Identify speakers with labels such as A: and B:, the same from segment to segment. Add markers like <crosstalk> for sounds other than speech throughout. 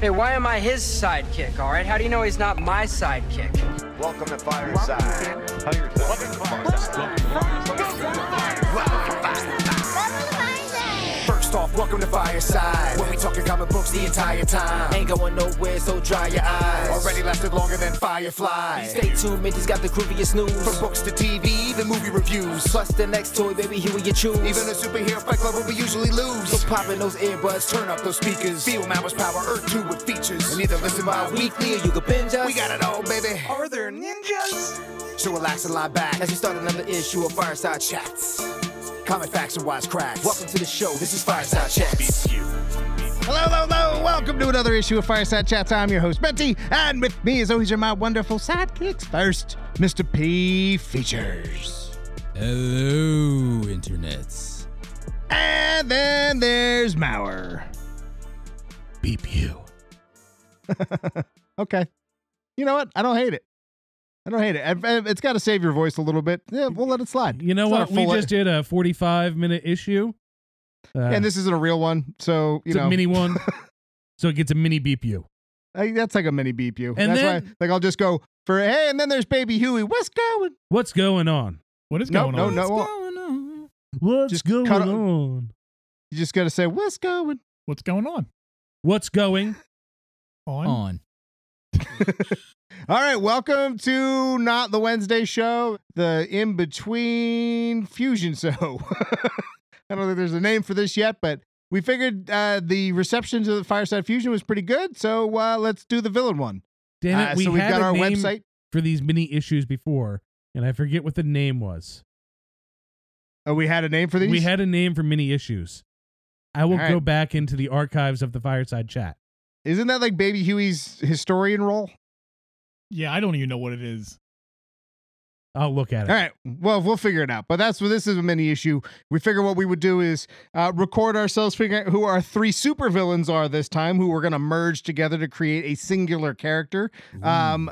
A: Hey, why am I his sidekick, all right? How do you know he's not my sidekick?
B: Welcome to Fireside.
C: First off, welcome to Fireside. When we talking comic books the entire time. Ain't going nowhere, so dry your eyes. Already lasted longer than Firefly.
D: Stay tuned, Mitch's got the grooviest news.
C: From books to TV, even movie reviews.
D: Plus the next toy, baby, here we you choose.
C: Even
D: <laughs>
C: a superhero fight club where we usually lose.
D: so popping those earbuds, turn
C: Turn up those speakers. Feel Mama's power, Earth 2 with features. And either listen by week,
D: weekly, or you can binge us.
C: we got it all, baby.
E: Are there ninjas?
C: So relax and lie back.
D: As we start another issue of Fireside Chat.
C: Chats, comic facts and wise cracks.
D: Welcome to the show. This is Fireside Chats.
F: Hello, hello, hello. Welcome to another issue of Fireside Chats. I'm your host, Betsy, and with me, as always, are my wonderful sidekicks. First, Mr. P. Features.
G: Hello, internets.
F: And then there's Maurer.
G: Beep you.
F: <laughs> Okay. You know what? I don't hate it. I don't hate it. I've- I've- It's got to save your voice a little bit. Yeah, we'll let it slide.
H: You know
F: It's not
H: what?
F: a
H: We
F: full- e-
H: just did a 45 minute issue. Uh,
F: and this isn't a real one, so you
H: it's
F: know
H: a mini
F: <laughs>
H: one. so it gets a mini beep you.
F: I- that's like a mini beep. You
H: And
F: that's why,
H: then-
F: like, I'll just go for hey, and then there's Baby Huey. What's going?
H: What's going on?
E: What is
F: No,
E: going
F: no,
E: on?
F: no. well,
H: going on? uh, What's
F: Just
H: going
F: cut o-
H: on?
F: You just gotta say what's going.
E: What's going on?
H: What's going?
E: On?
G: On.
F: All right, welcome to not the Wednesday show, the in between fusion <laughs> show. I don't think there's a name for this yet, but we figured uh, the reception to the Fireside Fusion was pretty good, so uh, let's do the villain one.
H: Damn it!
F: Uh,
H: we
F: so we've
H: had
F: got
H: a
F: our
H: name
F: website.
H: for these mini issues before, and I forget what the name was.
F: Oh, we had a name for these.
H: We had a name for mini issues. I will
F: All right.
H: go back into the archives of the fireside chat.
F: Isn't that like Baby Huey's historian role?
E: Yeah, I don't even know what it is.
H: I'll look at it.
F: All right. Well, we'll figure it out. But that's what this is a mini issue. We figure what we would do is uh, record ourselves figuring out who our three supervillains are this time, who we're going to merge together to create a singular character. Um,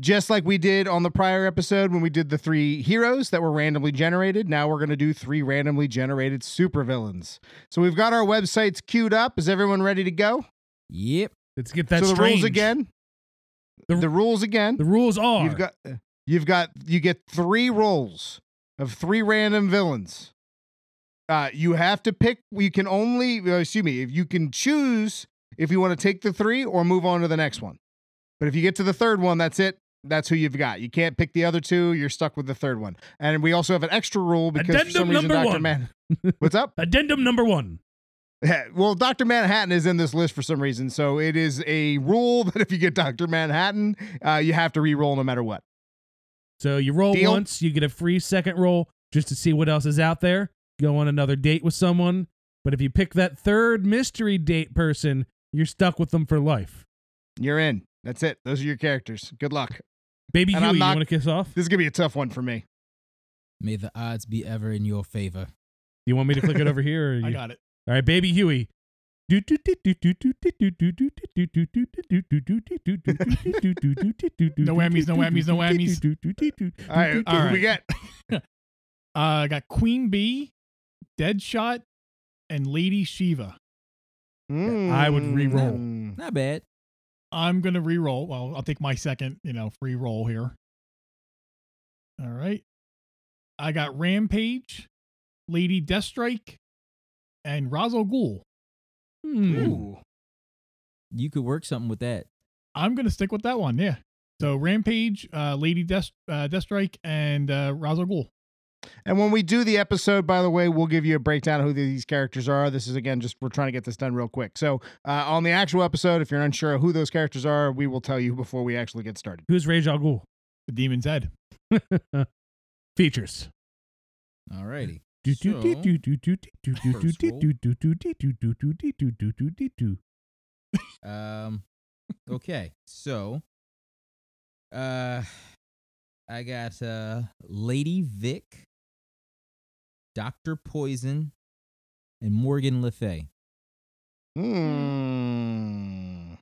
F: just like we did on the prior episode when we did the three heroes that were randomly generated, now we're going to do three randomly generated supervillains. So we've got our websites queued up. Is everyone ready to go?
G: Yep.
H: Let's get that
F: so the rules
H: strange.
F: again.
H: The-
F: the rules again.
H: The rules are
F: You've got uh, you've got you get three rolls of three random villains. Uh, you have to pick. You can only uh, excuse me if you can choose if you want to take the three or move on to the next one. But if you get to the third one, that's it. That's who you've got. You can't pick the other two. You're stuck with the third one. And we also have an extra rule because for
H: Addendum
F: some reason,
H: number
F: Doctor
H: one.
F: Man, <laughs> what's up?
H: addendum number one.
F: Yeah, Well, Dr. Manhattan is in this list for some reason. So it is a rule <laughs> that if you get Dr. Manhattan, uh, you have to re-roll no matter what.
H: So you roll
F: Deal.
H: once, you get a free second roll just to see what else is out there. Go on another date with someone. But if you pick that third mystery date person, you're stuck with them for life.
F: You're in. That's it. Those are your characters. Good luck.
H: Baby
F: And I'm
H: Huey,
F: not-
H: you want to kiss
F: <laughs>
H: off? Do
F: This is gonna be a tough one for me.
G: May the odds be ever in your favor.
H: you want me to click it over here? Or you...
E: <laughs> I got it.
H: All right, Baby Huey. No
E: whammies, no whammies, no
H: whammies. <laughs>
F: All right,
E: All
F: all right. we
E: right.
F: got
E: Uh, I got Queen Bee, Deadshot, and Lady Shiva.
H: I would re-roll.
F: Mm.
G: Not bad.
E: I'm gonna re-roll. Well, I'll take my second, you know, free roll here. All right. I got Rampage, Lady Deathstrike, and Razal Ghul. Hmm,
F: Ooh.
G: You could work something with that.
E: I'm gonna stick with that one. Yeah. So Rampage, uh, Lady Death, uh, Deathstrike, and uh, Razal Ghul.
F: And when we do the episode, by the way, we'll give you a breakdown of who these characters are. This is again just we're trying to get this done real quick. So uh, on the actual episode, if you're unsure of who those characters are, we will tell you before we actually get started.
H: Who's Ray Al Ghul?
E: The Demon's Head.
H: Features.
G: Alrighty.
H: <laughs>
G: So,
H: Do-do-do-do-do-do-do-do-do-do-do-do-do-do-do-do-do.
G: um, okay. So, uh, I got uh, Lady Vic, Doctor Poison, and Morgan Le Fay.
F: Hmm.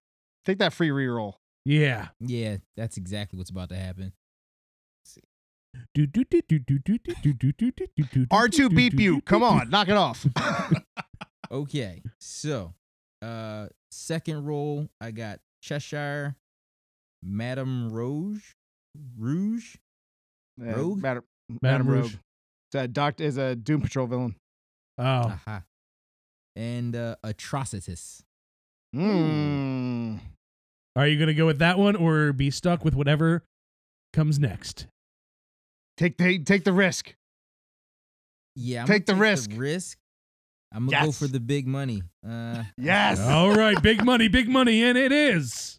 F: Take that free re-roll.
H: Yeah.
G: Yeah, that's exactly what's about to happen.
F: R2 <laughs> beep you. Come on, knock it off.
G: Okay, so uh, Second roll, I got Cheshire, Madame Rouge, Rouge,
F: Uh,
G: Rogue?
F: Madam,
H: Madame
F: Madam Rogue.
H: Rouge.
F: It's a doc- is a Doom Patrol villain.
H: Oh,
G: Aha. and uh, Atrocitus.
F: Mm.
H: are you gonna go with that one or be stuck with whatever comes next?
F: Take the take the risk.
G: Yeah, I'm
F: Take the
G: gonna
F: risk.
G: risk. I'm gonna go for
F: Yes.
G: the big money.
F: <laughs>
G: Uh,
F: Yes.
H: All right, big money, big money, and it is.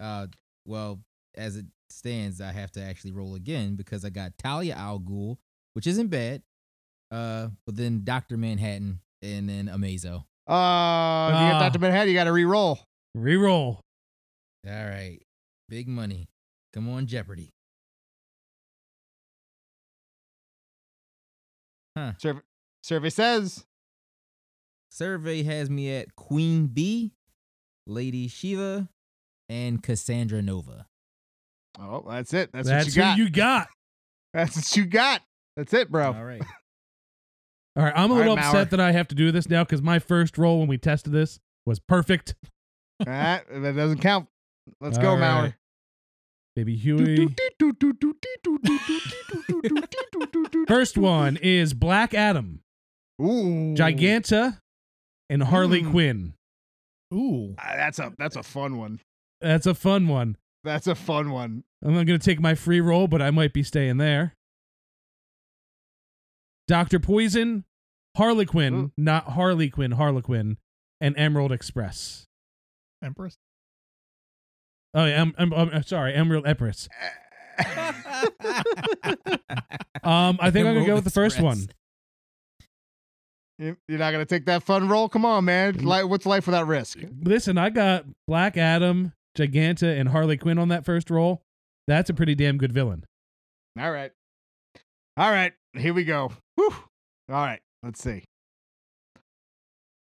G: uh, well, as it stands, I have to actually roll again because I got Talia Al Ghul, which isn't bad. Uh, but then Doctor Manhattan and then Amazo.
F: Uh, if you get
H: Ah.
F: Dr. Manhattan, you got to re-roll.
H: Reroll.
G: All right, big money. Come on, Jeopardy.
F: Survey, survey says
G: Survey has me at Queen Bee, Lady Shiva, and Cassandra Nova.
F: Oh, that's it. That's,
H: That's,
F: what you
H: who
F: got.
H: you got.
F: that's what you got. That's it, bro.
G: All
F: <laughs>
G: right.
H: All right, I'm a
F: All right,
H: little upset
F: Maurer.
H: that I have to do this now because my first roll when we tested this was perfect.
F: All right, that doesn't count. Let's go,
H: All
F: Mauer.
H: right. Baby Huey. First one is Black Adam,
F: Ooh,
H: Giganta, and Harley
F: Mm.
H: Quinn.
E: Ooh.
F: Ah, That's a that's a fun one.
H: That's a fun one.
F: That's a fun one.
H: I'm not going to take my free roll, but I might be staying there. Dr. Poison, Harlequin,
F: Ooh.
H: not Harley Quinn, Harlequin, and Emerald Express.
E: Empress.
H: Oh, yeah, I'm, I'm, I'm sorry, Emerald Empress. Um, I think I'm going to go with the first one.
F: You- You're not gonna take that fun roll? Come on, man. Like, what's life without risk?
H: Listen, I got Black Adam, Giganta, and Harley Quinn on that first roll. That's a pretty damn good villain.
F: All right, all right. Here we go. Whew. All right, let's see.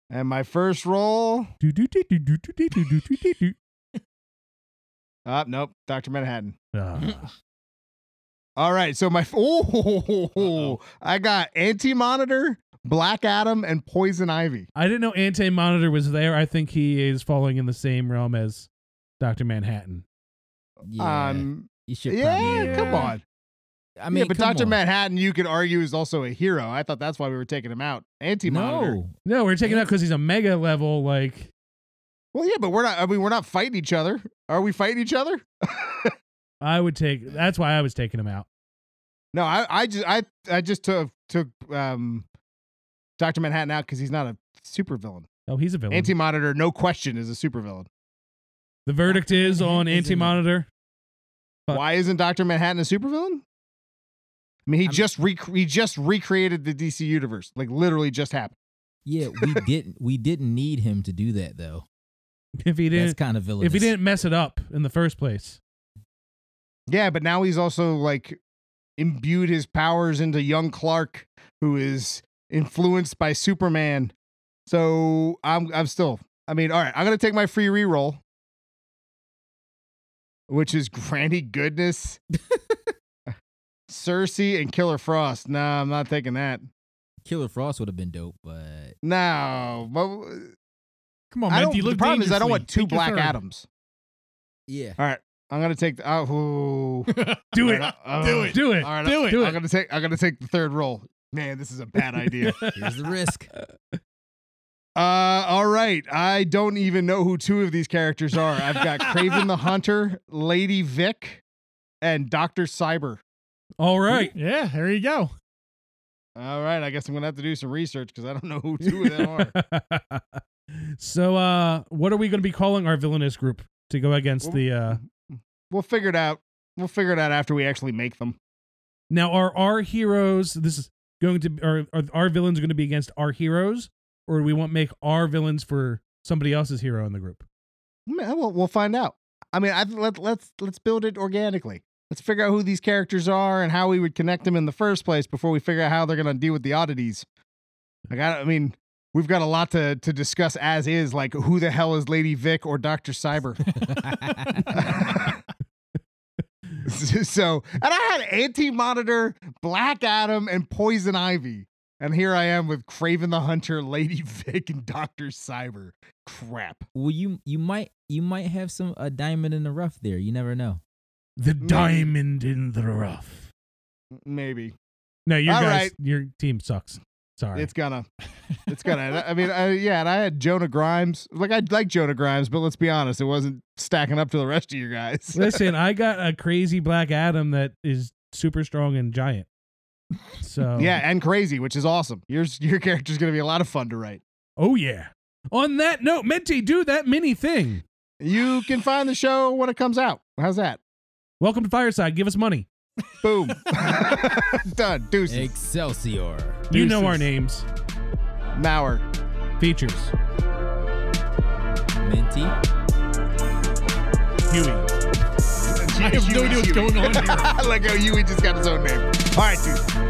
F: And my first roll. Uh, nope. Doctor Manhattan.
H: Ah.
F: All right, so <laughs> my oh, I got Anti Monitor, Black Adam, and Poison Ivy.
H: I didn't know Ante Monitor was there. I think he is falling in the same realm as Dr. Manhattan.
G: Yeah,
F: um,
G: you should
F: yeah,
G: probably-
F: come on.
G: I mean,
F: yeah, but
G: come
F: Doctor
G: on.
F: Manhattan, you could argue, is also a hero. I thought that's why we were taking him out. Anti Monitor.
G: No,
H: No, we're taking it out because he's a mega level. Like,
F: Well, yeah, but we're not. I mean, we're not fighting each other. Are we fighting each other?
H: I would take. That's why I was taking him out.
F: No, I, I just, I, I just took took um, Doctor Manhattan out because he's not a supervillain.
H: Oh, he's a villain.
F: Anti Monitor, no question, is a supervillain.
H: the verdict is on
G: Manhattan is in
H: Ante Monitor. But-
F: Why isn't Doctor Manhattan a supervillain? I mean, he
G: I'm-
F: just rec- he just recreated the DC universe. Like literally, just happened.
G: yeah, we
F: <laughs>
G: didn't. We didn't need him to do that though.
H: <laughs> If he
G: That's
H: didn't,
G: kind of villainous.
H: if he didn't mess it up in the first place,
F: Yeah, but now he's also like imbued his powers into young Clark, who is influenced by Superman. So I'm I'm still. I mean, all right, I'm gonna take my free reroll, which is <laughs> Granny
E: <laughs>
F: Goodness, Cersei, and Killer Frost. Nah, I'm not taking that.
G: Killer Frost would have been dope, but
F: No, but
E: Come on,
F: I
E: Oh, man.
F: don't,
E: you
F: the
E: live
F: problem is I don't
E: dangerously.
F: want two
E: Take your
F: Black
E: third. <laughs>
F: Adams.
G: yeah,
F: <laughs> All right, I'm gonna take the. Oh,
E: <laughs>
F: ooh.
E: Do
F: All
E: it.
F: right, uh,
E: Do it.
H: do it.
F: All right,
E: Do
F: I'm,
E: it.
F: I'm gonna take. I'm gonna take the third roll. Man, this is a bad
E: <laughs>
F: idea.
G: here's the risk.
F: uh, all right, I don't even know who two of these characters are. I've
E: <laughs>
F: got Craven the Hunter, Lady Vic, and Doctor Cyber.
H: All right.
E: Yeah, there you go.
F: All right, I guess I'm gonna have to do some research because I don't know who two of
E: <laughs>
F: them are.
H: <laughs> so, uh, what are we going to be calling our villainous group to go against the? uh
F: We'll figure it out. We'll figure it out after we actually make them.
H: Now, are our heroes? This is going to are are our villains going to be against our heroes, or do we want make our villains for somebody else's hero in the group?
F: Man, we'll, we'll find out. I mean, I, let, let's let's build it organically. Let's figure out who these characters are and how we would connect them in the first place before we figure out how they're going to deal with the oddities. I got. I mean, we've got a lot to to discuss as is. Like, who the hell is Lady Vic or Doctor Cyber? <laughs> so, and I had Anti Monitor, Black Adam, and Poison Ivy. And here I am with Craven the Hunter, Lady <laughs> Vic, and Doctor Cyber. Crap.
G: Well, you you might you might have some a diamond in the rough there. You never know.
H: The
F: Mm.
H: diamond in the rough.
F: Maybe
H: No, your
F: All
H: guys,
F: right.
H: your team sucks. Sorry.
F: it's gonna, it's gonna. I mean, I, yeah. And I had Jonah Grimes. Like I like Jonah Grimes, but let's be honest, it wasn't stacking up to the rest of you
H: <laughs> <laughs>
F: guys.
H: Listen, I got a crazy Black Adam that is super strong and giant. So
F: <laughs> Yeah, and crazy, which is awesome. Yours, your character's gonna be a lot of fun to write.
H: Oh yeah. On that note, Menti, do that mini thing.
F: You can find the show when it comes out. How's that?
H: Welcome to Fireside. Give us money.
F: Boom. <laughs> Done. Deuces.
G: Excelsior.
H: You know our
F: Deuces.
H: names.
F: Mauer.
H: Features.
G: Minty.
H: Huey.
F: <laughs> I have no idea what's going on here. like how Yui just got his own name. All right, dude.